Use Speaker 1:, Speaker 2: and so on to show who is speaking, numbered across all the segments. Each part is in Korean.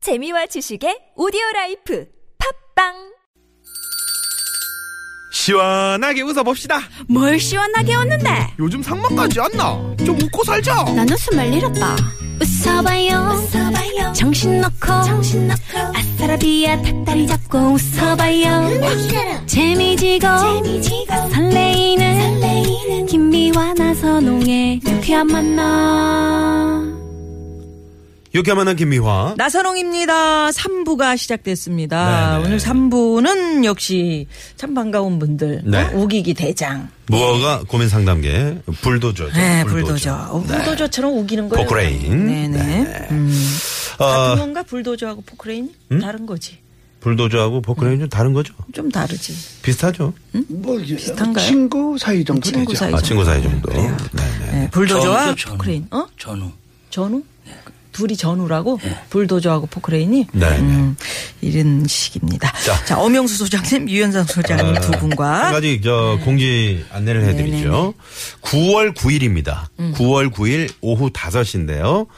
Speaker 1: 재미와 지식의 오디오 라이프 팝빵
Speaker 2: 시원하게 웃어봅시다.
Speaker 3: 뭘 시원하게 웃는데
Speaker 2: 요즘 상만까지 안 나. 좀 웃고 살자.
Speaker 3: 난 웃음을 잃었다 웃어봐요, 정신 놓고 아싸라비아 닭다리 잡고 웃어봐요 재미지고, 설레이는, 김미와 나선홍의 유쾌한 만남
Speaker 2: 이렇게 만난 김미화.
Speaker 4: 나선홍입니다. 3부가 시작됐습니다.
Speaker 2: 네네.
Speaker 4: 오늘 3부는 역시 참 반가운 분들.
Speaker 2: 네.
Speaker 4: 어? 우기기 대장.
Speaker 2: 무허가 고민 상담계 불도저죠.
Speaker 4: 네, 불도저. 어, 불도저처럼 우기는 거예요.
Speaker 2: 포크레인.
Speaker 4: 네네. 음. 같은
Speaker 2: 어, 음?
Speaker 4: 건가? 불도저하고 포크레인? 다른 거지.
Speaker 2: 불도저하고 포크레인 좀 다른 거죠?
Speaker 4: 좀 다르지.
Speaker 2: 비슷하죠?
Speaker 5: 뭐 이제
Speaker 4: 비슷한가요?
Speaker 5: 친구 사이 정도
Speaker 4: 친구
Speaker 5: 되죠.
Speaker 4: 사이.
Speaker 2: 아, 친구 사이 정도. 네, 네.
Speaker 4: 네, 불도저와
Speaker 6: 전우죠, 전우.
Speaker 4: 포크레인. 어?
Speaker 6: 전우.
Speaker 4: 전우? 둘이 전우라고? 불도저하고 포크레인이?
Speaker 2: 네, 네.
Speaker 4: 음, 이런 식입니다.
Speaker 2: 자. 네.
Speaker 4: 자, 엄영수 소장님, 유현상 소장님 두 분과
Speaker 2: 한 가지 저
Speaker 4: 네.
Speaker 2: 공지 안내를 해드리죠. 9월 9일입니다.
Speaker 4: 음.
Speaker 2: 9월 9일 오후 5시인데요.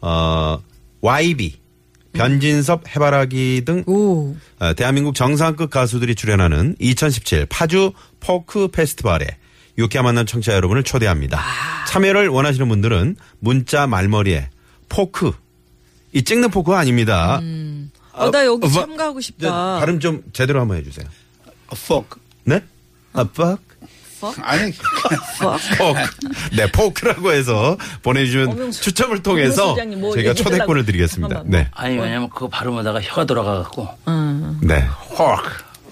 Speaker 2: 어, YB 변진섭 해바라기 등
Speaker 4: 오.
Speaker 2: 어, 대한민국 정상급 가수들이 출연하는 2017 파주 포크 페스티벌에 유쾌한 만남 청취자 여러분을 초대합니다.
Speaker 4: 아.
Speaker 2: 참여를 원하시는 분들은 문자 말머리에 포크 이 찍는 포크 아닙니다.
Speaker 4: 어, 나 여기
Speaker 2: 어, 뭐,
Speaker 4: 참가하고
Speaker 2: 저,
Speaker 4: 싶다.
Speaker 2: 발음 좀 제대로 한번 해주세요.
Speaker 5: fuck.
Speaker 2: 네? 아, fuck.
Speaker 5: 어,
Speaker 4: 어?
Speaker 5: 아니
Speaker 2: 포크. 네, 포크라고 해서 보내주시면
Speaker 4: 엄영수-
Speaker 2: 추첨을 통해서
Speaker 4: 엄영수 소장님 뭐
Speaker 2: 저희가
Speaker 4: 얘기해달라고.
Speaker 2: 초대권을 드리겠습니다.
Speaker 4: 잠깐만.
Speaker 2: 네.
Speaker 6: 아니 왜냐면 그거 발음하다가 혀가 돌아가갖고
Speaker 2: 네.
Speaker 6: 헉.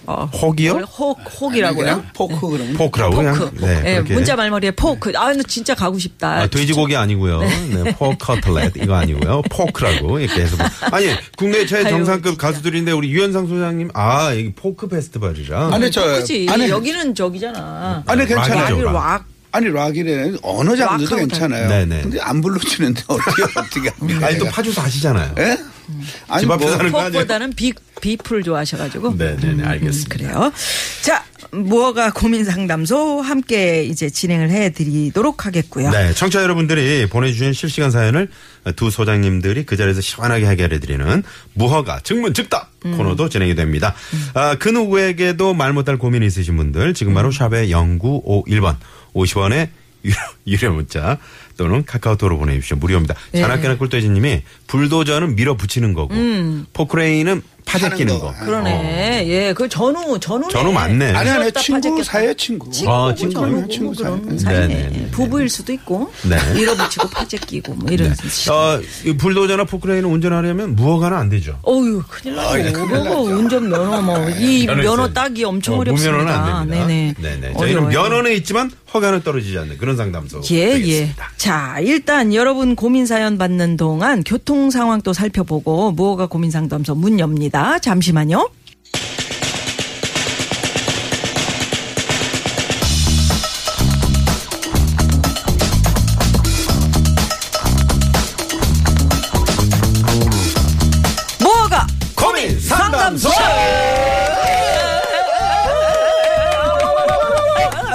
Speaker 2: 혹이요?
Speaker 4: 어, 혹, 혹이라고요?
Speaker 5: 그냥 네. 포크 그럼.
Speaker 2: 포크라고 그냥.
Speaker 4: 포크.
Speaker 2: 네,
Speaker 4: 예,
Speaker 2: 그렇게.
Speaker 4: 문자 말머리에 포크. 아, 나 진짜 가고 싶다.
Speaker 2: 아, 돼지고기 아니고요. 네, 포커틀렛 이거 아니고요. 포크라고 이렇게 해서 뭐- 아니 국내 최
Speaker 4: 아유,
Speaker 2: 정상급
Speaker 4: 진짜.
Speaker 2: 가수들인데 우리 유현상 소장님 아 이게 포크 페스티벌이라.
Speaker 5: 아니 저
Speaker 4: 그치.
Speaker 2: 네.
Speaker 5: 아니
Speaker 4: 여기는 저기잖아.
Speaker 5: 아니 괜찮아요.
Speaker 2: 락이죠.
Speaker 4: 여기
Speaker 2: 락.
Speaker 4: 왁.
Speaker 5: 아니 락이래 어느 장르도
Speaker 4: 락하고
Speaker 5: 괜찮아요.
Speaker 2: 네네.
Speaker 5: 근데 안 불러주는데 어떻게 어떻게 합니까?
Speaker 2: 아니 또
Speaker 5: 내가.
Speaker 2: 파주 사시잖아요.
Speaker 5: 예? 아니
Speaker 2: 집 앞에
Speaker 5: 뭐
Speaker 2: 사는 거 아니에요?
Speaker 4: 포크보다는 비, 비프를 좋아하셔가지고.
Speaker 2: 그러니까
Speaker 4: 음,
Speaker 2: 네, 네, 네, 알겠습니다.
Speaker 4: 그래요. 자, 무허가 고민 상담소 함께 이제 진행을 해드리도록 하겠고요.
Speaker 2: 네, 청취자 여러분들이 보내주신 실시간 사연을 두 소장님들이 그 자리에서 시원하게 해결해드리는 무허가 증문 즉답 코너도 진행이 됩니다. 아, 그 누구에게도 말 못할 고민이 있으신 분들 지금 바로 샵의 0951번 50원에 유료, 유료 문자 또는 카카오톡으로 보내주십시오. 무료입니다. 자나깨나 꿀돼지님이 불도저는 밀어붙이는 거고 포크레인은 파재
Speaker 5: 하는
Speaker 2: 끼는
Speaker 5: 거.
Speaker 2: 거.
Speaker 4: 그러네. 예, 그 전우, 전우.
Speaker 2: 어. 전후 맞네.
Speaker 5: 아니 아니
Speaker 4: 부럽다,
Speaker 5: 친구
Speaker 4: 빠졌겠다.
Speaker 5: 사이에 친구.
Speaker 2: 아,
Speaker 4: 친구,
Speaker 2: 친구.
Speaker 4: 뭐 전우,
Speaker 5: 친구
Speaker 4: 친구 그런
Speaker 5: 사이.
Speaker 4: 사이네.
Speaker 2: 네, 네, 네.
Speaker 4: 부부일 수도 있고,
Speaker 2: 네.
Speaker 4: 밀어붙이고 파재 끼고 뭐 이런. 식.
Speaker 2: 어, 이 불도저나 포크레인을 운전하려면 무허가는 안 되죠.
Speaker 4: 어유 큰일
Speaker 2: 아,
Speaker 4: 나죠. 뭐가 운전 면허 뭐 이
Speaker 2: 면허
Speaker 4: 면허
Speaker 2: 있어요.
Speaker 4: 따기 엄청
Speaker 2: 어,
Speaker 4: 어렵습니다.
Speaker 2: 무면허는 안 됩니다.
Speaker 4: 네네.
Speaker 2: 네네. 저희는
Speaker 4: 어려워요.
Speaker 2: 면허는 있지만 허가는 떨어지지 않는 그런 상담소.
Speaker 4: 예, 예.
Speaker 2: 되겠습니다.
Speaker 4: 자, 일단 여러분 고민 사연 받는 동안 교통 상황도 살펴보고 무허가 고민 상담소 문 엽니다. 잠시만요. 무허가
Speaker 2: 고민 상담소!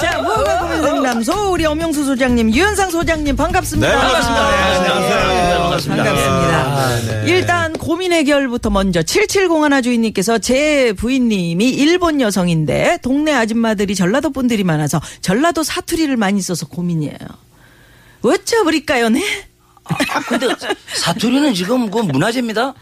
Speaker 4: 자, 무허가 고민 상담소 우리 엄영수 소장님, 유현상 소장님 반갑습니다.
Speaker 2: 네, 반갑습니다. 네, 안녕하세요.
Speaker 6: 반갑습니다.
Speaker 4: 반갑습니다. 일단 고민 해결부터 먼저 7701 주인님께서 제 부인님이 일본 여성인데 동네 아줌마들이 전라도 분들이 많아서 전라도 사투리를 많이 써서 고민이에요. 어쩌버릴까요, 네?
Speaker 6: 아, 근데 사투리는 지금 그 문화재입니다.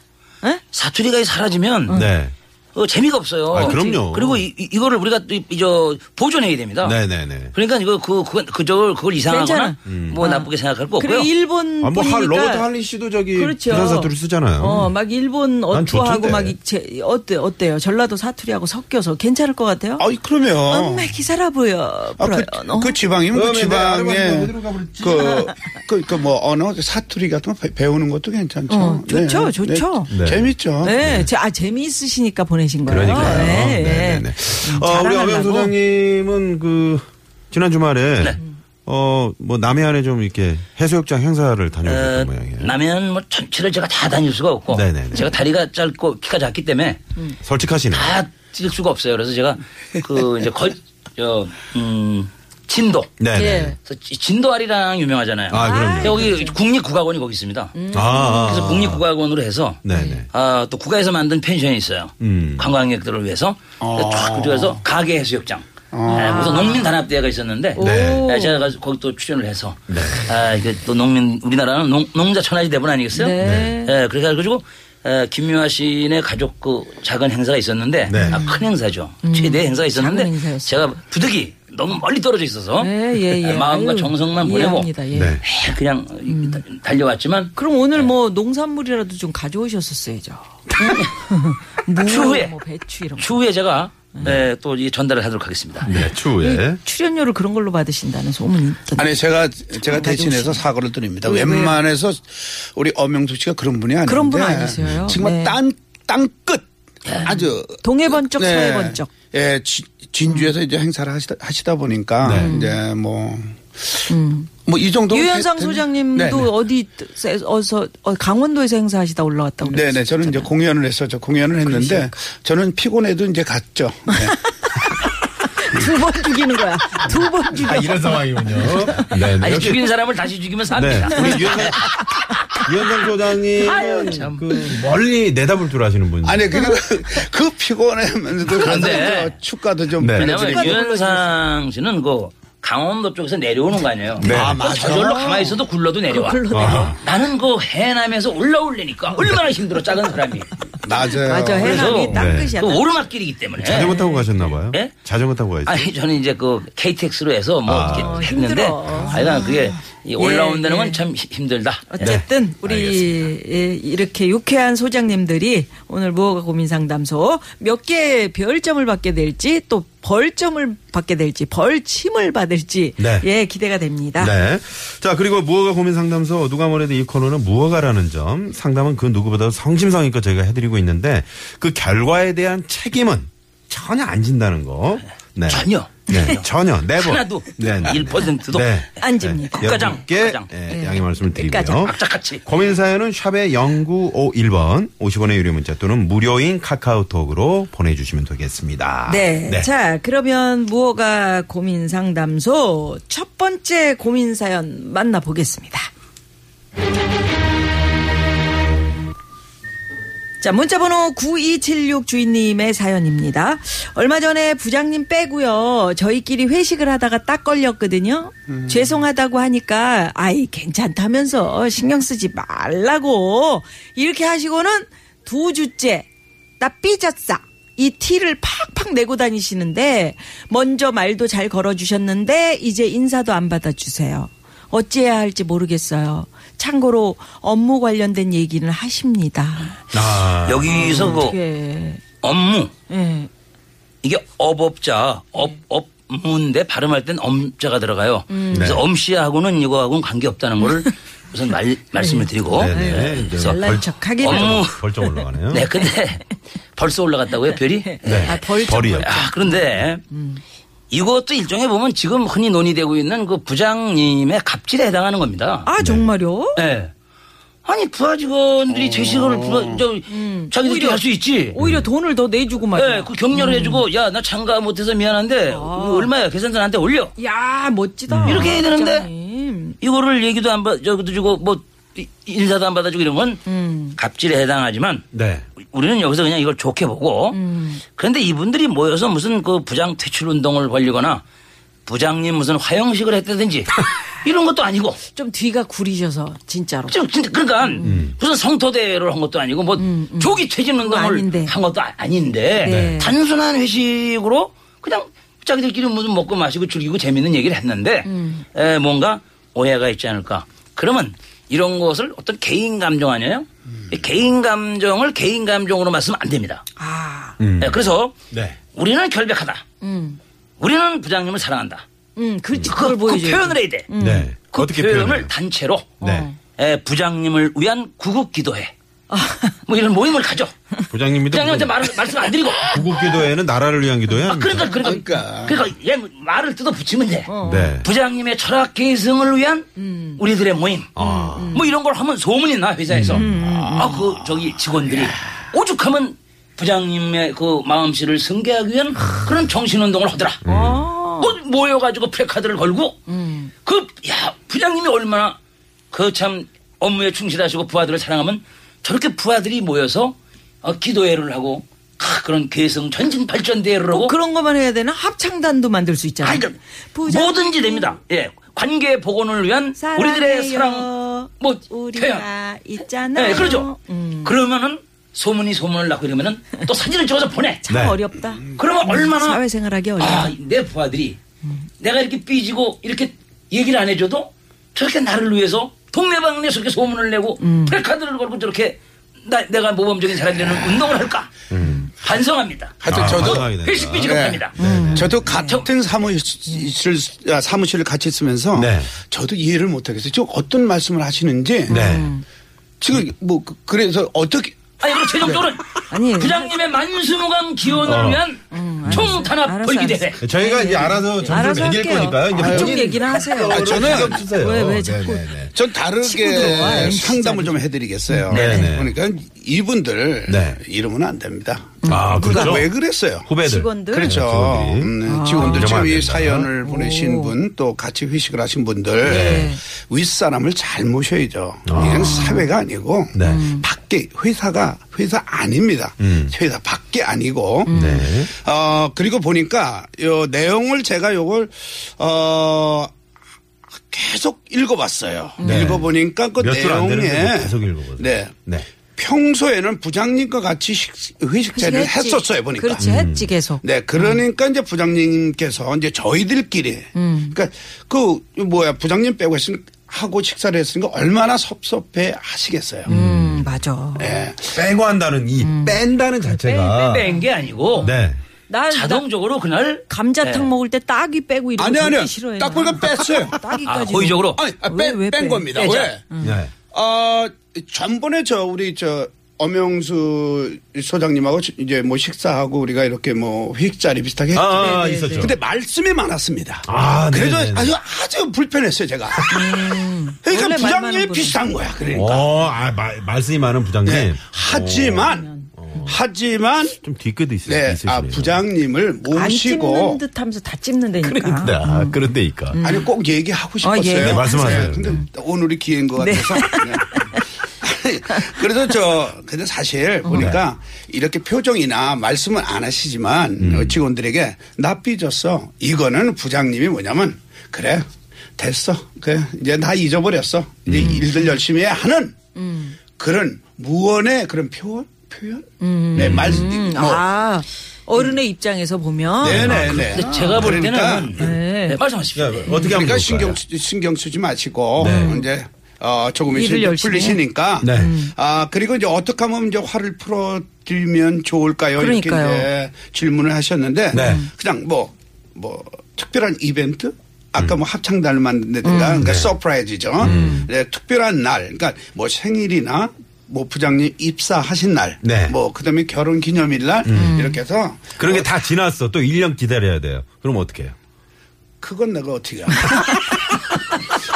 Speaker 4: 에?
Speaker 6: 사투리가 사라지면
Speaker 2: 네.
Speaker 6: 어, 재미가 없어요.
Speaker 2: 아, 그럼요.
Speaker 6: 그리고 이, 거를 우리가 또 이- 저 보존해야
Speaker 4: 어.
Speaker 6: 됩니다.
Speaker 2: 네네네.
Speaker 6: 그러니까 이거 그 그, 그걸 그걸 이상하거나
Speaker 4: 괜찮아.
Speaker 6: 뭐
Speaker 2: 음.
Speaker 6: 나쁘게 생각할 거 없고요.
Speaker 4: 그래 일본
Speaker 2: 아, 뭐, 할-
Speaker 4: 분이니까
Speaker 2: 로버트 할리 씨도 저기
Speaker 4: 음, 그렇죠.
Speaker 2: 부산 사투리 쓰잖아요.
Speaker 4: 어, 막 일본
Speaker 2: 난
Speaker 4: 어투하고
Speaker 2: 좋던데.
Speaker 4: 막 이- 제- 어때 어때요? 전라도 사투리하고 섞여서 괜찮을 것 같아요?
Speaker 5: 아이 그러면
Speaker 4: 엄마 기사라 보여.
Speaker 5: 어, 아, 그,
Speaker 4: 불어요.
Speaker 5: 그 지방이면 그
Speaker 2: 그러면 내가 알아봤는데
Speaker 5: 지방에 그,
Speaker 2: 어디로 가버렸지?
Speaker 5: 그그 뭐 언어 사투리 같은 거 배- 배우는 것도 괜찮죠.
Speaker 4: 어, 좋죠, 좋죠.
Speaker 2: 네.
Speaker 5: 재밌죠.
Speaker 4: 네, 제- 아 재미있으시니까 보내신 거예요.
Speaker 2: 그러니까요.
Speaker 4: 네,
Speaker 2: 네. 네. 네.
Speaker 4: 음,
Speaker 2: 어, 우리
Speaker 4: 자랑하려고.
Speaker 2: 엄영 소장님은 그, 지난 주말에, 어, 뭐, 남해안에 좀 이렇게 해수욕장 행사를 다녀오셨던 모양이에요.
Speaker 6: 어, 나면 뭐 전체를 제가 다 다닐 수가 없고
Speaker 2: 네네네. 음.
Speaker 6: 제가 다리가 짧고 키가 작기 때문에
Speaker 2: 솔직하시네.
Speaker 6: 다 뛸 수가 없어요. 그래서 제가 그 이제 걸, 저, 음, 진도.
Speaker 2: 네. 네.
Speaker 4: 예.
Speaker 6: 그래서 지- 진도알이랑 유명하잖아요.
Speaker 2: 아, 그럼요.
Speaker 6: 여기 국립국악원이 거기 있습니다.
Speaker 2: 아, 아, 아.
Speaker 6: 그래서 국립국악원으로 해서
Speaker 4: 예.
Speaker 2: 네네.
Speaker 6: 아, 또 국가에서 만든 펜션이 있어요.
Speaker 2: 음.
Speaker 6: 관광객들을 위해서 쫙 그래서 가게 해수욕장. 네, 그래서 농민 단합대회가 있었는데
Speaker 2: 네.
Speaker 6: 네, 제가 가서 거기 또 출연을 해서 아 이게 또 농민 우리나라는 농, 농자 천하지 대본 아니겠어요?
Speaker 4: 네.
Speaker 6: 예, 그래 가지고 에, 김유아 씨네 가족 그 작은 행사가 있었는데
Speaker 2: 네.
Speaker 6: 아, 큰 행사죠 최대 행사가 있었는데
Speaker 4: 작은 행사였어요.
Speaker 6: 제가 부득이 너무 멀리 떨어져 있어서
Speaker 4: 예, 예, 예.
Speaker 6: 에, 네, 마음과
Speaker 4: 아유,
Speaker 6: 정성만 보내고
Speaker 4: 이해합니다. 음. 예.
Speaker 2: 네.
Speaker 6: 에, 그냥 다- 달려왔지만
Speaker 4: 그럼 오늘 뭐 농산물이라도 좀 가져오셨었어야죠. 무,
Speaker 6: 추후에.
Speaker 4: 뭐 배추 이런 거.
Speaker 6: 추후에 제가 에, 또 이게 전달을 하도록 하겠습니다.
Speaker 2: 네, 추후에.
Speaker 4: 출연료를 그런 걸로 받으신다는 소문이 있던데.
Speaker 5: 아니 제가 제가 대신해서 사과를 드립니다. 웬만해서 우리 엄영숙 씨가 그런 분이 아닌데
Speaker 4: 그런 분 아니세요.
Speaker 5: 정말
Speaker 4: 네.
Speaker 5: 땅땅끝 아주 네.
Speaker 4: 동해 번쩍, 서해 번쩍. 음.
Speaker 5: 예, 지- 진주에서 이제 행사를 하시다, 하시다 보니까
Speaker 6: 네.
Speaker 5: 이제 뭐. 뭐 이 정도
Speaker 4: 음. 유현상 소장님도
Speaker 2: 네,
Speaker 4: 어디 세- 어서 어, 강원도에서 행사하시다 올라왔다고 그랬어요.
Speaker 5: 네네 저는 이제 공연을 했었죠 공연을 했는데 저는 피곤해도 이제 갔죠 네.
Speaker 4: 두번 죽이는 거야. 두 번 죽여.
Speaker 2: 아, 이런 상황이군요. 네, 네.
Speaker 6: 아니
Speaker 2: 역시-
Speaker 6: 죽인 사람을 다시 죽이면
Speaker 2: 네.
Speaker 6: 삽니다.
Speaker 2: 우리 유현상, 유현상 소장님은 그 멀리 내다볼 줄 아시는 분이
Speaker 5: 아니 그리고 그 피곤하면서도 가서
Speaker 6: 근데
Speaker 5: 저 축가도 좀
Speaker 2: 네.
Speaker 5: 불러드리고
Speaker 6: 아, 네. 왜냐면 유현상 씨는 그 강원도 쪽에서 내려오는 거 아니에요. 그
Speaker 2: 네. 아,
Speaker 5: 맞아.
Speaker 6: 저절로 가만히 있어도 굴러도 내려와.
Speaker 2: 아.
Speaker 6: 나는 그 해남에서 올라올래니까 얼마나 힘들어 작은 사람이.
Speaker 5: 맞아요.
Speaker 4: 맞아
Speaker 6: 그래서
Speaker 4: 해남이
Speaker 2: 네.
Speaker 4: 땅끝이야.
Speaker 6: 그 오르막길이기 때문에.
Speaker 2: 자전거 타고 가셨나 봐요.
Speaker 6: 예?
Speaker 2: 자전거 타고 가셨죠.
Speaker 6: 아니 저는 이제 그 KTX로 해서 뭐
Speaker 2: 아.
Speaker 6: 이렇게 했는데
Speaker 4: 힘들어.
Speaker 6: 하여간 그게 이 올라온다는
Speaker 4: 예, 예.
Speaker 6: 건 참 힘들다. 네.
Speaker 4: 어쨌든
Speaker 2: 네.
Speaker 4: 우리 예, 이렇게 유쾌한 소장님들이 오늘 무허가 고민 상담소 몇 개 별점을 받게 될지 또 벌점을 받게 될지 벌침을 받을지
Speaker 2: 네.
Speaker 4: 예 기대가 됩니다.
Speaker 2: 네. 자, 그리고 무허가 고민 상담소 누가 뭐래도 이 코너는 무허가라는 점 상담은 그 누구보다도 성심성의껏 저희가 해드리고 있는데 그 결과에 대한 책임은 전혀 안 진다는 거. 네.
Speaker 6: 전혀.
Speaker 2: 네. 전혀. 네버. 네.
Speaker 6: 하나도 1%도
Speaker 4: 안 집니다.
Speaker 6: 국가장,
Speaker 2: 여러분께
Speaker 6: 국가장.
Speaker 2: 예, 양해 말씀을 드리고요.
Speaker 4: 국가장.
Speaker 6: 악착같이.
Speaker 2: 고민 사연은 샵의 0951번 50원의 유료 문자 또는 무료인 카카오톡으로 보내주시면 되겠습니다.
Speaker 4: 네. 자, 그러면 무허가 고민 상담소 첫 번째 고민 사연 만나보겠습니다. 자, 문자번호 9276 주인님의 사연입니다. 얼마 전에 부장님 빼고요. 저희끼리 회식을 하다가 딱 걸렸거든요. 죄송하다고 하니까, 아이, 괜찮다면서 신경 쓰지 말라고. 이렇게 하시고는 두 주째, 나 삐졌어. 이 티를 팍팍 내고 다니시는데, 먼저 말도 잘 걸어주셨는데, 이제 인사도 안 받아주세요. 어찌해야 할지 모르겠어요. 참고로 업무 관련된 얘기는 하십니다.
Speaker 2: 아,
Speaker 6: 여기서 그
Speaker 4: 어떻게
Speaker 6: 업무
Speaker 4: 예.
Speaker 6: 이게 업업자 업
Speaker 4: 네.
Speaker 6: 업무인데 발음할 땐 엄자가 들어가요.
Speaker 4: 음.
Speaker 6: 그래서
Speaker 2: 네.
Speaker 6: 엄씨하고는 이거하고는 관계 없다는 거를 우선 말, 말씀을 드리고.
Speaker 2: 네네.
Speaker 6: 네.
Speaker 2: 이제
Speaker 6: 그래서
Speaker 4: 잘난
Speaker 2: 벌-
Speaker 4: 척하기를.
Speaker 6: 업무.
Speaker 2: 벌쩍 어. 올라가네요.
Speaker 6: 네, 근데 벌써 올라갔다고요, 별이?
Speaker 2: 네.
Speaker 4: 아, 벌점.
Speaker 2: 벌이요.
Speaker 6: 아, 그런데
Speaker 4: 음.
Speaker 6: 이것도 일종의 보면 지금 흔히 논의되고 있는 그 부장님의 갑질에 해당하는 겁니다.
Speaker 4: 아 정말요?
Speaker 6: 네. 아니 부하
Speaker 2: 어.
Speaker 6: 직원들이 제 시간을 부하, 저, 자기들끼리 할 수 있지.
Speaker 4: 음. 오히려 돈을 더 내주고
Speaker 6: 네,
Speaker 4: 말이야.
Speaker 6: 그 격려를 해주고 야 나 장가 못해서
Speaker 4: 아.
Speaker 6: 미안한데 이거 얼마야 계산서 나한테 올려.
Speaker 4: 야 멋지다.
Speaker 6: 네. 음. 이렇게 해야 되는데.
Speaker 4: 부장님.
Speaker 6: 이거를 얘기도 안 받, 저기도 주고 뭐 이- 인사도 안 받아주고 이런 건 갑질에 해당하지만
Speaker 2: 네.
Speaker 6: 우리는 여기서 그냥 이걸 좋게 보고 그런데 이분들이 모여서 무슨 그 부장 퇴출 운동을 벌리거나 부장님 무슨 화형식을 했다든지 이런 것도 아니고
Speaker 4: 좀 뒤가 구리셔서 진짜로.
Speaker 6: 저 진짜 그러니까
Speaker 4: 음.
Speaker 6: 무슨 성토대를 한 것도 아니고 뭐 조기 퇴진
Speaker 4: 아닌데.
Speaker 6: 운동을 한 것도 아- 아닌데
Speaker 4: 네.
Speaker 6: 단순한 회식으로 그냥 자기들끼리 무슨 먹고 마시고 즐기고 재밌는 얘기를 했는데
Speaker 4: 음.
Speaker 6: 에, 뭔가 오해가 있지 않을까 그러면 이런 것을 어떤 개인 감정 아니에요
Speaker 4: 음.
Speaker 6: 이 개인 감정을 개인 감정으로 맞으면 안 됩니다
Speaker 4: 아,
Speaker 2: 음.
Speaker 6: 예, 그래서
Speaker 2: 네.
Speaker 6: 우리는 결백하다
Speaker 4: 음,
Speaker 6: 우리는 부장님을 사랑한다
Speaker 4: 음, 그렇지.
Speaker 6: 그,
Speaker 4: 그걸
Speaker 6: 그
Speaker 4: 보여줘.
Speaker 6: 표현을 해야 돼
Speaker 4: 음.
Speaker 2: 네.
Speaker 6: 그
Speaker 2: 어떻게
Speaker 6: 표현을
Speaker 2: 표현을?
Speaker 6: 단체로
Speaker 2: 네.
Speaker 6: 에, 부장님을 위한 구급 기도회.
Speaker 4: 아,
Speaker 6: 뭐 이런 모임을 가져.
Speaker 2: 부장님이도
Speaker 6: 부장님한테
Speaker 2: 무슨-
Speaker 6: 말, 말씀 안 드리고.
Speaker 2: 구국 기도회는 나라를 위한 기도회
Speaker 6: 아,
Speaker 2: 아닙니까?
Speaker 6: 그러니까, 그러니까. 그러니까, 얘 말을 뜯어 음. 붙이면 돼.
Speaker 2: 네.
Speaker 6: 부장님의 철학 계승을 위한 우리들의 모임.
Speaker 2: 아,
Speaker 4: 음.
Speaker 6: 뭐 이런 걸 하면 소문이 나, 회사에서. 아, 그, 저기 직원들이. 오죽하면
Speaker 4: 아.
Speaker 6: 부장님의 그 마음씨를 승계하기 위한 그런 정신운동을 하더라. 어, 모여가지고 플래카드를 걸고
Speaker 4: 음.
Speaker 6: 그 야 부장님이 얼마나 그 참 업무에 충실하시고 부하들을 사랑하면 저렇게 부하들이 모여서 어, 기도회를 하고 크, 그런 괴성 전진 발전 대회를 하고
Speaker 4: 꼭 그런 것만 해야 되나? 합창단도 만들 수 있잖아.
Speaker 6: 아니, 그러니까 뭐든지 됩니다. 예. 관계 복원을 위한
Speaker 4: 사랑해요.
Speaker 6: 우리들의 사랑 뭐 태양.
Speaker 4: 우리가 있잖아.
Speaker 6: 예, 그러죠.
Speaker 4: 음.
Speaker 6: 그러면은 소문이 소문을 낳고 이러면은 또 사진을 찍어서 보내.
Speaker 4: 참
Speaker 2: 네.
Speaker 4: 어렵다.
Speaker 6: 그러면 얼마나
Speaker 4: 음, 사회생활하기 어렵다.
Speaker 6: 음. 아, 내 부하들이
Speaker 4: 음.
Speaker 6: 내가 이렇게 삐지고 이렇게 얘기를 안 해줘도 저렇게 나를 위해서 동네방네 저렇게 소문을 내고
Speaker 4: 음.
Speaker 6: 플래카드를 걸고 저렇게 나, 내가 모범적인 사람들은 운동을 할까 반성합니다.
Speaker 5: 네. 음.
Speaker 6: 뭐
Speaker 5: 하여튼
Speaker 2: 아,
Speaker 5: 저도
Speaker 2: 반성하게 된다.
Speaker 6: 회식 삐지고
Speaker 5: 네.
Speaker 6: 갑니다.
Speaker 4: 음.
Speaker 5: 저도 같은 사무실 아, 사무실을 같이 있으면서
Speaker 2: 네.
Speaker 5: 저도 이해를 못하겠어요. 지금 어떤 말씀을 하시는지
Speaker 2: 네.
Speaker 4: 음.
Speaker 5: 지금 뭐 그- 그래서 어떻게
Speaker 6: 아니 그리고 최종적으로
Speaker 4: 네. 아니.
Speaker 6: 부장님의 만수무강 기원을
Speaker 2: 어.
Speaker 6: 위한 총
Speaker 4: 음, 알았어,
Speaker 6: 탄압 벌기
Speaker 4: 알았어.
Speaker 6: 대회.
Speaker 2: 저희가 이제 알아서 점수를
Speaker 4: 네. 알아서
Speaker 2: 매길
Speaker 4: 할게요.
Speaker 2: 거니까요.
Speaker 6: 뭐
Speaker 2: 이제
Speaker 4: 그쪽
Speaker 2: 본인-
Speaker 4: 얘기나 하세요.
Speaker 2: 아, 저는
Speaker 4: 왜, 왜 자꾸.
Speaker 2: 아, 네네네.
Speaker 5: 전
Speaker 4: 치고 들어와,
Speaker 5: 다르게
Speaker 4: MC
Speaker 5: 상담을 좀 해드리겠어요.
Speaker 2: 네네.
Speaker 5: 그러니까 이분들
Speaker 2: 네.
Speaker 5: 이러면 안 됩니다.
Speaker 2: 아, 그렇죠.
Speaker 5: 왜 그랬어요?
Speaker 2: 후배들.
Speaker 4: 직원들? 네,
Speaker 5: 그렇죠.
Speaker 2: 직원들이.
Speaker 5: 음, 네. 직원들
Speaker 2: 이러면
Speaker 5: 지금
Speaker 2: 안
Speaker 5: 이
Speaker 2: 된다.
Speaker 5: 사연을 보내신 분 또 같이 회식을 하신 분들
Speaker 4: 네.
Speaker 5: 윗사람을 잘 모셔야죠. 이건 사회가 아니고
Speaker 2: 아. 네. 음.
Speaker 5: 밖에 회사가 회사 아닙니다.
Speaker 2: 음.
Speaker 5: 회사 밖에 아니고
Speaker 2: 네.
Speaker 5: 어, 그리고 보니까 요 내용을 제가 요걸 어 계속 읽어봤어요.
Speaker 2: 네.
Speaker 5: 읽어보니까 그
Speaker 2: 몇줄안 되는데 뭐
Speaker 5: 내용에
Speaker 2: 계속 읽어보세요.
Speaker 5: 네.
Speaker 2: 네.
Speaker 5: 평소에는 부장님과 같이 식, 회식 자리를
Speaker 4: 했지. 그렇죠.
Speaker 5: 했었어요 보니까.
Speaker 4: 그렇지, 했지 계속.
Speaker 5: 네, 그러니까 이제 부장님께서 이제 저희들끼리
Speaker 4: 음.
Speaker 5: 그러니까 그 뭐야 부장님 빼고 했으니 하고 식사를 했으니까 얼마나 섭섭해 하시겠어요.
Speaker 4: 음, 맞아.
Speaker 5: 네.
Speaker 2: 빼고 한다는 이
Speaker 4: 음.
Speaker 2: 뺀다는
Speaker 5: 아.
Speaker 2: 자체가
Speaker 6: 뺀 게 아니고
Speaker 2: 네.
Speaker 4: 나, 나
Speaker 6: 자동적으로 그날
Speaker 4: 감자탕
Speaker 6: 네.
Speaker 4: 먹을 때 딱이 빼고 이런
Speaker 5: 아니
Speaker 4: 거
Speaker 5: 아니요.
Speaker 4: 절대 음. 싫어해.
Speaker 5: 딱 보니까 뺐어요.
Speaker 6: 아,
Speaker 4: 딱이까지.
Speaker 6: 고의적으로
Speaker 5: 아니, 아,
Speaker 4: 왜,
Speaker 5: 뺀,
Speaker 4: 왜
Speaker 5: 뺀
Speaker 4: 빼?
Speaker 5: 겁니다.
Speaker 6: 빼죠.
Speaker 5: 왜?
Speaker 4: 음.
Speaker 2: 네.
Speaker 5: 아, 전번에 저 우리 저 엄영수 소장님하고 이제 뭐 식사하고 우리가 이렇게 뭐 회익자리 비슷하게
Speaker 2: 아,
Speaker 5: 했죠.
Speaker 2: 아,
Speaker 4: 네,
Speaker 2: 있었죠.
Speaker 5: 근데 말씀이 많았습니다.
Speaker 2: 아,
Speaker 5: 그래서
Speaker 2: 네네네.
Speaker 5: 아주 아주 불편했어요 제가. 그러니까
Speaker 4: 음. 원래 말 많은
Speaker 5: 부장님이
Speaker 4: 분은.
Speaker 5: 비슷한 거야. 그러니까.
Speaker 2: 어, 아, 말, 말씀이 많은 부장님.
Speaker 5: 네. 하지만 하지만
Speaker 2: 좀 뒤끝도 있으,
Speaker 5: 네,
Speaker 2: 있으시네요.
Speaker 5: 아 부장님을
Speaker 4: 안 찝는
Speaker 5: 모시고
Speaker 4: 듯 하면서 다 찝는 데니까.
Speaker 2: 그러니까. 아,
Speaker 4: 음.
Speaker 2: 그런데니까.
Speaker 5: 아니 꼭 얘기하고 싶었어요.
Speaker 4: 예. 네,
Speaker 2: 말씀하세요.
Speaker 5: 근데 오늘이 기회인 것 같아서. 네. 아니, 그래서 저 근데 사실 보니까 이렇게 표정이나 말씀은 안 하시지만 직원들에게 나 삐졌어. 이거는 부장님이 뭐냐면 그래 됐어. 그래 이제 다 잊어버렸어. 이제 일들 열심히 해 하는 음. 그런 무언의 그런 표현 표현 네, 말 뭐.
Speaker 4: 아, 어른의 입장에서 보면.
Speaker 5: 네네네.
Speaker 6: 근데 제가 볼 때는
Speaker 4: 네.
Speaker 6: 네, 말씀하십시오.
Speaker 2: 아, 그러니까. 야, 어떻게 하면 좋을까요?
Speaker 5: 그러니까 신경 쓰- 신경 쓰지 마시고
Speaker 2: 네.
Speaker 5: 이제 어 조금씩
Speaker 4: 일을
Speaker 5: 이제
Speaker 4: 열심히
Speaker 5: 풀리시니까
Speaker 2: 네. 음.
Speaker 5: 아 그리고 이제 어떻게 하면 이제 화를 풀어드리면 좋을까요?
Speaker 4: 그러니까요.
Speaker 5: 이렇게 이제 질문을 하셨는데
Speaker 2: 네.
Speaker 5: 그냥 뭐 뭐 특별한 이벤트 아까
Speaker 2: 음.
Speaker 5: 뭐 합창단을 만든다든가 그러니까 서프라이즈죠. 네, 특별한 날, 그러니까 뭐 생일이나 뭐 부장님 입사하신 날,
Speaker 2: 네. 음.
Speaker 5: 뭐 그다음에 결혼 기념일 날 이렇게 해서
Speaker 2: 그런 게 다 지났어. 또 1년 기다려야 돼요. 그럼 어떻게 해요?
Speaker 4: 아,
Speaker 5: 그건 내가 어떻게 알아?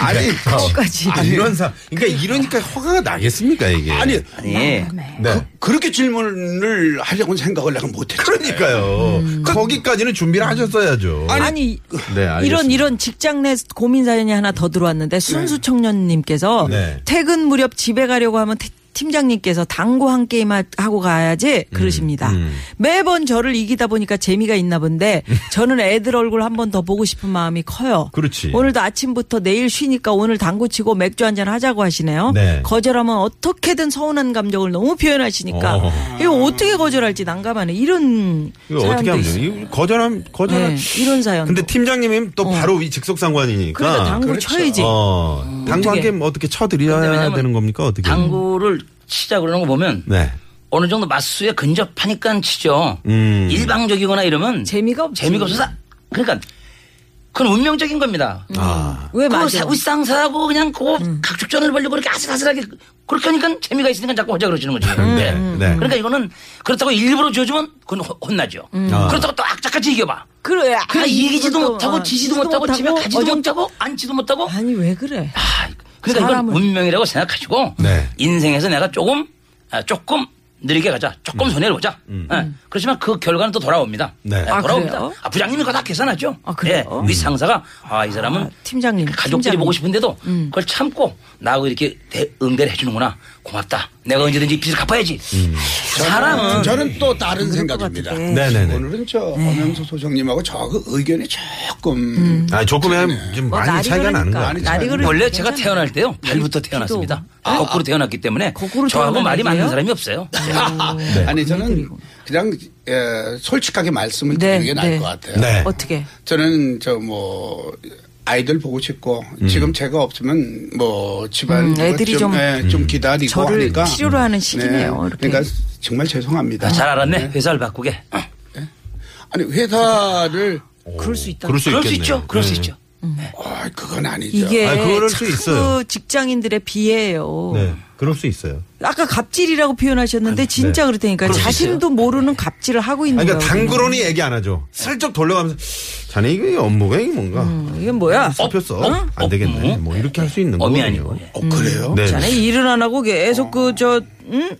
Speaker 5: 아니, 아니,
Speaker 4: 까지.
Speaker 2: 아, 이런 사, 그러니까 이러니까 허가가 나겠습니까, 이게?
Speaker 5: 아니,
Speaker 6: 예.
Speaker 2: 네.
Speaker 5: 그렇게 질문을 하려고 생각을 내가 못했죠.
Speaker 2: 그러니까요. 거기까지는 준비를 하셨어야죠.
Speaker 4: 음. 아니,
Speaker 2: 네, 알겠습니다.
Speaker 4: 이런 이런 직장 내 고민 사연이 하나 더 들어왔는데 순수 청년님께서
Speaker 2: 네.
Speaker 4: 퇴근 무렵 집에 가려고 하면 태- 팀장님께서 당구 한 게임 하- 하고 가야지 그러십니다. 매번 저를 이기다 보니까 재미가 있나 본데 저는 애들 얼굴 한 번 더 보고 싶은 마음이 커요.
Speaker 2: 그렇지.
Speaker 4: 오늘도 아침부터 내일 쉬니까 오늘 당구 치고 맥주 한잔 하자고 하시네요.
Speaker 2: 네.
Speaker 4: 거절하면 어떻게든 서운한 감정을 너무 표현하시니까
Speaker 2: 어.
Speaker 4: 이거 어떻게 거절할지 난감하네. 이런
Speaker 2: 이거 어떻게
Speaker 4: 사연도
Speaker 2: 하면
Speaker 4: 있어요.
Speaker 2: 돼요? 이거 거절함, 거절함.
Speaker 4: 네, 이런 사연도.
Speaker 2: 근데 팀장님이 또 바로 이 직속 상관이니까.
Speaker 4: 그러니까 당구
Speaker 5: 그렇죠.
Speaker 4: 쳐야지.
Speaker 2: 어, 당구 한
Speaker 4: 어떻게?
Speaker 2: 게임 어떻게
Speaker 6: 근데
Speaker 2: 쳐드려야
Speaker 6: 왜냐면
Speaker 2: 되는 겁니까? 어떻게?
Speaker 6: 당구를 치자 그러는 거 보면
Speaker 2: 네.
Speaker 6: 어느 정도 마수에 근접하니까 치죠.
Speaker 2: 음.
Speaker 6: 일방적이거나 이러면
Speaker 4: 재미가 없지.
Speaker 6: 재미가 없어서 그러니까 그건 운명적인 겁니다.
Speaker 2: 아.
Speaker 4: 왜
Speaker 6: 그거
Speaker 4: 음. 네, 맞아?
Speaker 6: 사- 우상사하고 그냥 그거
Speaker 4: 음.
Speaker 6: 각축전을 벌리고 그렇게 아슬아슬하게 그렇게 하니까 재미가 있으니까 자꾸 혼자 그러시는 거지.
Speaker 2: 네, 네.
Speaker 6: 그러니까 이는 그렇다고 일부러 줘주면 그건 호- 혼나죠.
Speaker 2: 아.
Speaker 6: 그렇다고 또 악착같이 이겨봐.
Speaker 4: 그래. 음. 아,
Speaker 6: 그냥 이기지도
Speaker 4: 이것도,
Speaker 6: 못하고
Speaker 4: 아,
Speaker 6: 지지도
Speaker 4: 지지도
Speaker 6: 못하고 집에
Speaker 4: 못하고
Speaker 6: 가지도
Speaker 4: 어정-
Speaker 6: 못하고 앉지도 못하고
Speaker 4: 아니 왜 그래?
Speaker 6: 아, 그러니까 이건
Speaker 4: 사람을.
Speaker 6: 운명이라고 생각하시고
Speaker 2: 네.
Speaker 6: 인생에서 내가 조금 아, 조금 느리게 가자. 조금 손해를 보자. 예, 그렇지만 그 결과는 또 돌아옵니다.
Speaker 2: 음. 네.
Speaker 6: 예,
Speaker 4: 음. 아,
Speaker 6: 돌아옵니다.
Speaker 4: 그래요?
Speaker 6: 아, 부장님이 그거 다 계산하죠.
Speaker 4: 아, 그래요?
Speaker 6: 예, 윗상사가 아, 이 사람은
Speaker 4: 아, 팀장님,
Speaker 6: 가족들이
Speaker 4: 팀장님. 음.
Speaker 6: 보고 싶은데도 그걸 참고 나하고 이렇게 대- 응대를 해주는구나. 고맙다. 내가 언제든지 빚을 갚아야지.
Speaker 2: 음.
Speaker 4: 아,
Speaker 6: 사람은
Speaker 5: 저는 또 다른 생각입니다.
Speaker 2: 네네네.
Speaker 5: 오늘은 저 엄영수 소장님하고 저그 의견이 조금
Speaker 2: 아, 조금 좀
Speaker 4: 뭐
Speaker 2: 많이
Speaker 4: 날이
Speaker 2: 차이가 나는 거야.
Speaker 4: 그러니까.
Speaker 5: 많이
Speaker 4: 날이
Speaker 5: 차이가
Speaker 4: 그러니까
Speaker 6: 아, 원래 제가
Speaker 4: 괜찮아요. 네.
Speaker 6: 태어날 때요 발부터 태어났습니다.
Speaker 4: 아,
Speaker 6: 거꾸로 태어났기 때문에
Speaker 4: 거꾸로
Speaker 6: 저하고
Speaker 4: 태어난
Speaker 6: 말이 맞는
Speaker 4: 아이예요? 네.
Speaker 6: 사람이 없어요.
Speaker 5: 아니 저는 그냥 에, 솔직하게 말씀을
Speaker 4: 네,
Speaker 5: 드리는 게 나을
Speaker 4: 네.
Speaker 5: 것 같아요.
Speaker 2: 네.
Speaker 4: 어떻게?
Speaker 5: 저는 저 뭐 아이들 보고 싶고 지금 제가 없으면 뭐 집안
Speaker 4: 음,
Speaker 5: 누가
Speaker 4: 애들이 좀
Speaker 5: 예, 좀 기다리고
Speaker 4: 저를
Speaker 5: 하니까 음.
Speaker 4: 필요로 하는 시기네요, 이렇게.
Speaker 5: 그러니까 정말 죄송합니다.
Speaker 6: 아, 잘 알았네. 회사를 바꾸게. 어,
Speaker 5: 아니 회사를
Speaker 4: 그럴 수 있다.
Speaker 2: 그럴 수
Speaker 6: 그럴 수
Speaker 2: 있겠네요.
Speaker 6: 있죠. 그럴 수
Speaker 2: 네.
Speaker 6: 있죠.
Speaker 5: 아 그건 아니죠.
Speaker 4: 이게
Speaker 2: 그렇죠. 아니, 그럴 수
Speaker 4: 참
Speaker 2: 있어요.
Speaker 4: 직장인들의 비애예요.
Speaker 2: 네. 그럴 수 있어요.
Speaker 4: 아까 갑질이라고 표현하셨는데 진짜 그렇다니까
Speaker 2: 네. 그럴 수 네.
Speaker 4: 자신도 모르는 갑질을 하고 있는
Speaker 2: 아니,
Speaker 4: 거예요.
Speaker 2: 그러니까 당그러니 얘기 안 하죠. 슬쩍 돌려가면서 자네 이게 업무가 이게 뭔가
Speaker 4: 이게 뭐야?
Speaker 2: 섭혔어.
Speaker 6: 어? 어?
Speaker 2: 안 되겠네.
Speaker 6: 어?
Speaker 2: 뭐 이렇게 할 수 있는
Speaker 6: 엄이
Speaker 2: 거거든요.
Speaker 6: 아니고. 예.
Speaker 5: 어 그래요?
Speaker 2: 네.
Speaker 4: 자네 그러니까 일은 안 하고 계속
Speaker 5: 어.
Speaker 4: 그저 응?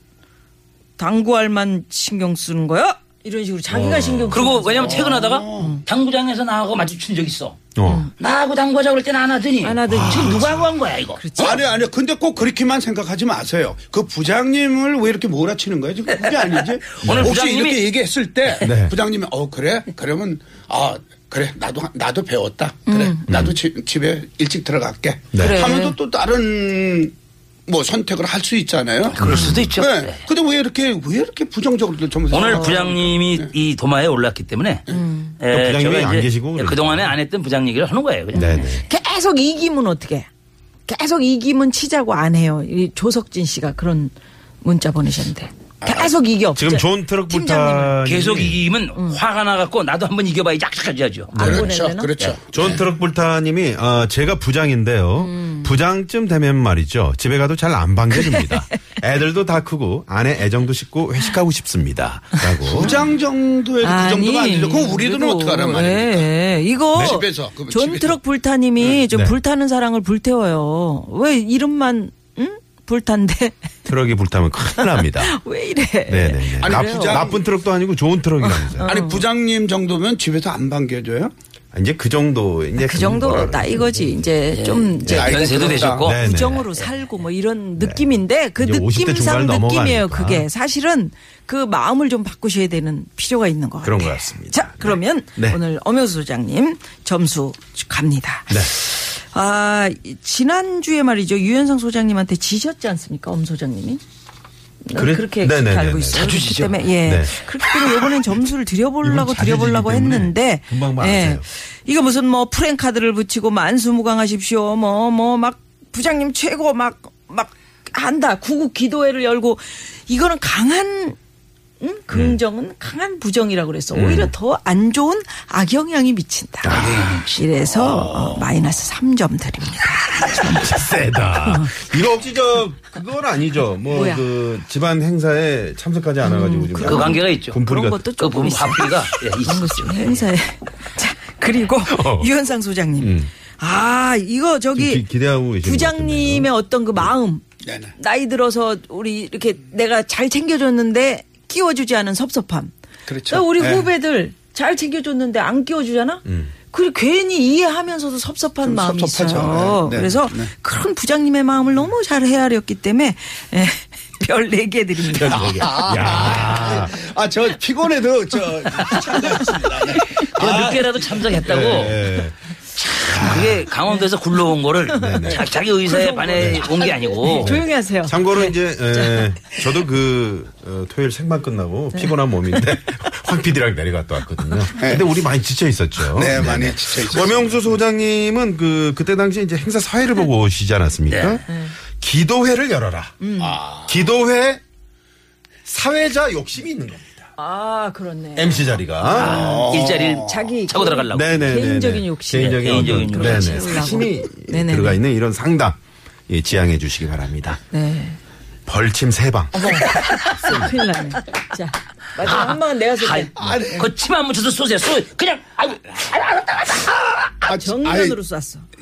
Speaker 4: 당구알만 신경 쓰는 거야? 이런 식으로 자기가
Speaker 5: 어.
Speaker 4: 신경 쓰
Speaker 6: 그리고 왜냐면 퇴근하다가 당구장에서 나하고 마주친 적 있어.
Speaker 2: 어.
Speaker 6: 나하고 당구하자 그럴 때는 안 하더니. 아,
Speaker 4: 안 하더니.
Speaker 6: 지금 누구하고 한 거야 이거.
Speaker 5: 아니 아니 근데 꼭 그렇게만 생각하지 마세요. 그 부장님을 왜 이렇게 몰아치는 거예요? 지금 그게 아니지.
Speaker 6: 오늘
Speaker 5: 혹시
Speaker 6: 부장님이-
Speaker 5: 이렇게 얘기했을 때
Speaker 2: 네.
Speaker 5: 부장님이 어 그래 그러면 아 그래 나도 나도 배웠다. 그래
Speaker 6: 음.
Speaker 5: 나도 집- 집에 일찍 들어갈게.
Speaker 2: 네.
Speaker 4: 음. 그래.
Speaker 5: 하면서 또 다른 뭐 선택을 할 수 있잖아요.
Speaker 6: 그럴 수도 있죠.
Speaker 5: 네.
Speaker 6: 네.
Speaker 5: 근데 왜 이렇게 왜 이렇게 부정적으로 아, 좀
Speaker 6: 오늘
Speaker 5: 생각하는
Speaker 6: 부장님이 이 도마에 올랐기 때문에
Speaker 2: 네.
Speaker 6: 에,
Speaker 2: 또 부장님이
Speaker 6: 제가
Speaker 2: 안
Speaker 6: 이제
Speaker 2: 계시고 그러니까.
Speaker 6: 그동안에 안 했던 부장 얘기를 하는 거예요. 그냥.
Speaker 2: 네네.
Speaker 4: 계속 이기면 어떻게? 계속 이기면 치자고 안 해요. 이 조석진 씨가 그런 문자 보내셨는데
Speaker 5: 아,
Speaker 4: 계속 이겨.
Speaker 2: 지금 존 트럭 불타
Speaker 6: 계속 이기면
Speaker 4: 음.
Speaker 6: 화가 나갖고 나도 한번 이겨봐야 약속까지 하죠.
Speaker 2: 네.
Speaker 5: 그렇죠,
Speaker 4: 보내려나?
Speaker 5: 그렇죠.
Speaker 2: 존 트럭 불타님이 어, 제가 부장인데요. 부장쯤 되면 말이죠. 집에 가도 잘 안 반겨줍니다. 애들도 다 크고 아내 애정도 식고 회식하고 싶습니다. 라고.
Speaker 5: 부장 정도에도 그 정도가 아니죠. 그럼 우리들은
Speaker 4: 그래도,
Speaker 5: 어떡하란 말입니까?
Speaker 4: 예, 예. 이거
Speaker 5: 네. 집에서, 그거
Speaker 4: 존
Speaker 5: 집에서.
Speaker 4: 트럭 불타님이 좀
Speaker 2: 네.
Speaker 4: 불타는 사랑을 불태워요. 왜 이름만 응? 불탄데
Speaker 2: 트럭이 불타면 큰일 납니다.
Speaker 4: 왜 이래?
Speaker 2: 네네.
Speaker 5: 아니,
Speaker 2: 나,
Speaker 5: 그래요? 어.
Speaker 2: 나쁜 트럭도 아니고 좋은
Speaker 6: 네.
Speaker 2: 트럭이라면서요.
Speaker 4: 어.
Speaker 5: 아니 부장님 정도면 집에서 안 반겨줘요?
Speaker 2: 아, 이제 그 정도 이제
Speaker 4: 그 정도 나 이거지 이제
Speaker 5: 네.
Speaker 4: 좀 이제
Speaker 5: 아이고,
Speaker 6: 네, 연세도
Speaker 5: 그렇다.
Speaker 6: 되셨고
Speaker 2: 네.
Speaker 4: 뭐 부정으로 살고 뭐 이런 느낌인데 그
Speaker 2: 이제 50대
Speaker 4: 느낌상
Speaker 2: 중반을
Speaker 4: 느낌이에요.
Speaker 2: 넘어가니까.
Speaker 4: 그게 사실은 그 마음을 좀 바꾸셔야 되는 필요가 있는 것 같아요.
Speaker 2: 그런 것 같습니다.
Speaker 4: 자 그러면
Speaker 2: 네.
Speaker 4: 오늘 엄효수 소장님 점수 갑니다.
Speaker 2: 네.
Speaker 4: 아 지난주에 말이죠 유현상 소장님한테 지셨지 않습니까 엄 소장님이?
Speaker 2: 그래?
Speaker 4: 그렇게
Speaker 2: 네네네네.
Speaker 4: 그렇게 알고 있어요.
Speaker 6: 자주
Speaker 4: 그렇기
Speaker 6: 지죠.
Speaker 4: 때문에 예.
Speaker 2: 네.
Speaker 4: 그렇기 때문에 이번엔 점수를 드려보려고
Speaker 2: 이건 자주
Speaker 4: 드려보려고
Speaker 2: 지기 때문에
Speaker 4: 했는데 예.
Speaker 2: 금방 말하세요.
Speaker 4: 이거 무슨 뭐 프랭카드를 붙이고 만수무강하십시오. 뭐 뭐 막 부장님 최고 막 막 한다. 구국 기도회를 열고 이거는 강한 응? 긍정은
Speaker 2: 네.
Speaker 4: 강한 부정이라고 그랬어. 오히려 더 안 좋은 악영향이 미친다.
Speaker 2: 아,
Speaker 4: 이래서 어, 마이너스 3점 드립니다.
Speaker 2: 세다. 이거 혹시 저 그건 아니죠.
Speaker 4: 뭐야?
Speaker 2: 뭐 그 집안 행사에 참석하지 않아가지고 지금
Speaker 6: 그 관계가 있죠.
Speaker 2: 분풀이가
Speaker 4: 그런 것도
Speaker 6: 그
Speaker 4: 조금
Speaker 6: 보면
Speaker 4: 있어요.
Speaker 6: 화풀이가 예,
Speaker 4: 그런
Speaker 6: 있-
Speaker 4: 것
Speaker 2: 그렇죠.
Speaker 4: 좀 행사에. 자, 그리고 유현상 소장님. 아, 이거
Speaker 2: 지금 어.
Speaker 4: 저기
Speaker 2: 음. 기- 기대하고 계시는
Speaker 4: 부장님의 어떤 그 마음.
Speaker 5: 네, 네.
Speaker 4: 나이 들어서 우리 이렇게 내가 잘 챙겨줬는데 끼워주지 않은 섭섭함.
Speaker 5: 그렇죠.
Speaker 4: 또 우리
Speaker 5: 네.
Speaker 4: 후배들 잘 챙겨줬는데 안 끼워주잖아? 그리고 괜히 이해하면서도 섭섭한
Speaker 5: 음. 좀
Speaker 4: 마음이
Speaker 5: 섭섭하죠.
Speaker 4: 있어요.
Speaker 5: 네, 네,
Speaker 4: 그래서
Speaker 5: 네.
Speaker 4: 그런 부장님의 마음을 너무 잘 헤아렸기 때문에 예, 별 4개 드립니다.
Speaker 2: 야.
Speaker 5: 아 저 피곤해도 저
Speaker 6: 그래서 늦게라도 참석했다고
Speaker 2: 예.
Speaker 6: 그게
Speaker 2: 아,
Speaker 6: 강원도에서 굴러온 거를
Speaker 2: 네,
Speaker 6: 자- 자기 의사에 반해 온 게 아니고
Speaker 4: 조용히 하세요.
Speaker 2: 참고로 이제 에, 저도 그 어, 토요일 생방 끝나고
Speaker 4: 네.
Speaker 2: 피곤한 몸인데 황 PD랑 내려갔다 왔거든요. 근데 우리 많이 지쳐 있었죠.
Speaker 5: 네, 많이 지쳐 있었어요.
Speaker 2: 엄영수 소장님은 그 그때 당시 이제 행사 사회를
Speaker 4: 네.
Speaker 2: 보고 오시지 않았습니까? 기도회를 열어라.
Speaker 4: 음.
Speaker 5: 아,
Speaker 2: 기도회 사회자 욕심이 있는 겁니다.
Speaker 4: 아, 그렇네.
Speaker 2: MC 자리가.
Speaker 6: 일자리를
Speaker 4: 자기
Speaker 6: 차고 들어가려고
Speaker 2: 어. 네네네.
Speaker 4: 개인적인 욕심.
Speaker 2: 개인적인,
Speaker 6: 개인적인
Speaker 2: 어떤,
Speaker 6: 욕심.
Speaker 2: 네네.
Speaker 4: 채우려고.
Speaker 2: 사심이
Speaker 4: 네네네.
Speaker 2: 들어가 있는 이런 상담 예, 지향해 주시기 바랍니다.
Speaker 4: 네.
Speaker 2: 벌침 세 방.
Speaker 4: 어. 큰일 나네. 자,
Speaker 5: 아,
Speaker 4: 마지막 한 방은 내가 쓸게.
Speaker 6: 아, 그 거침안 묻혀서 쏘세요. 쏘 그냥 아유
Speaker 5: 아,
Speaker 4: 정면으로 쐈어.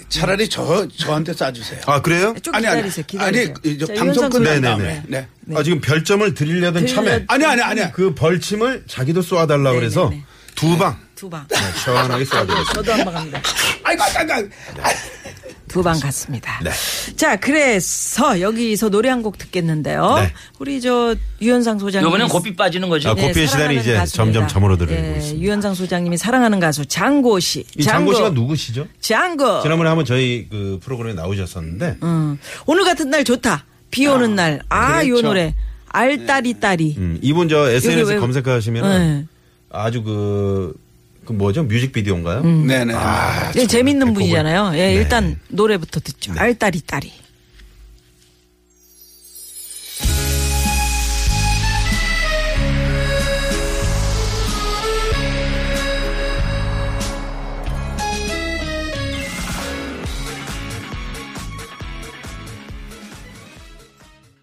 Speaker 5: 차라리 저 저한테 싸주세요.
Speaker 2: 아 그래요?
Speaker 4: 좀
Speaker 5: 아니, 아니.
Speaker 4: 기다리세요. 기다리세요.
Speaker 5: 아니, 이제
Speaker 4: 자,
Speaker 5: 방송
Speaker 4: 윤석
Speaker 5: 끝난
Speaker 4: 선생님.
Speaker 5: 다음에.
Speaker 2: 네네네.
Speaker 5: 네.
Speaker 2: 아 지금 별점을 드리려던 참에
Speaker 5: 아니 아니 아니.
Speaker 2: 그 벌침을 자기도 쏘아달라 그래서
Speaker 4: 네네네.
Speaker 2: 두 방 네,
Speaker 4: 두 방.
Speaker 2: 시원하게 쏘아드렸어요.
Speaker 4: 저도 한 방 갑니다.
Speaker 5: 아이고 아이고. 아이고.
Speaker 4: 두 방 갔습니다.
Speaker 2: 네.
Speaker 4: 자, 그래서 여기서 노래 한 곡 듣겠는데요.
Speaker 2: 네.
Speaker 4: 우리 저 유현상 소장님.
Speaker 6: 요번엔 고삐 빠지는 거죠.
Speaker 2: 아, 고- 고삐의 시대는
Speaker 4: 사랑하는
Speaker 2: 이제
Speaker 4: 가수입니다. 예,
Speaker 2: 점점 저물어들고 있습니다.
Speaker 4: 유현상 소장님이 사랑하는 가수 장고 씨.
Speaker 2: 이 장고 씨가 누구시죠?
Speaker 4: 장고.
Speaker 2: 지난번에 한번 저희 그 프로그램에 나오셨었는데
Speaker 4: 음. 오늘 같은 날 좋다. 비 오는 날. 아, 요
Speaker 5: 그렇죠.
Speaker 4: 노래. 예, 알따리 따리.
Speaker 2: 음, 이분 저 SNS
Speaker 4: 여기 왜-
Speaker 2: 검색하시면
Speaker 4: 네.
Speaker 2: 아주 그, 그 뭐죠? 뮤직비디오인가요?
Speaker 5: 네네.
Speaker 2: 아,
Speaker 4: 예,
Speaker 2: 참,
Speaker 4: 재밌는
Speaker 2: 백곡을-
Speaker 4: 분이잖아요. 예,
Speaker 2: 네.
Speaker 4: 일단 노래부터 듣죠. 알따리 따리.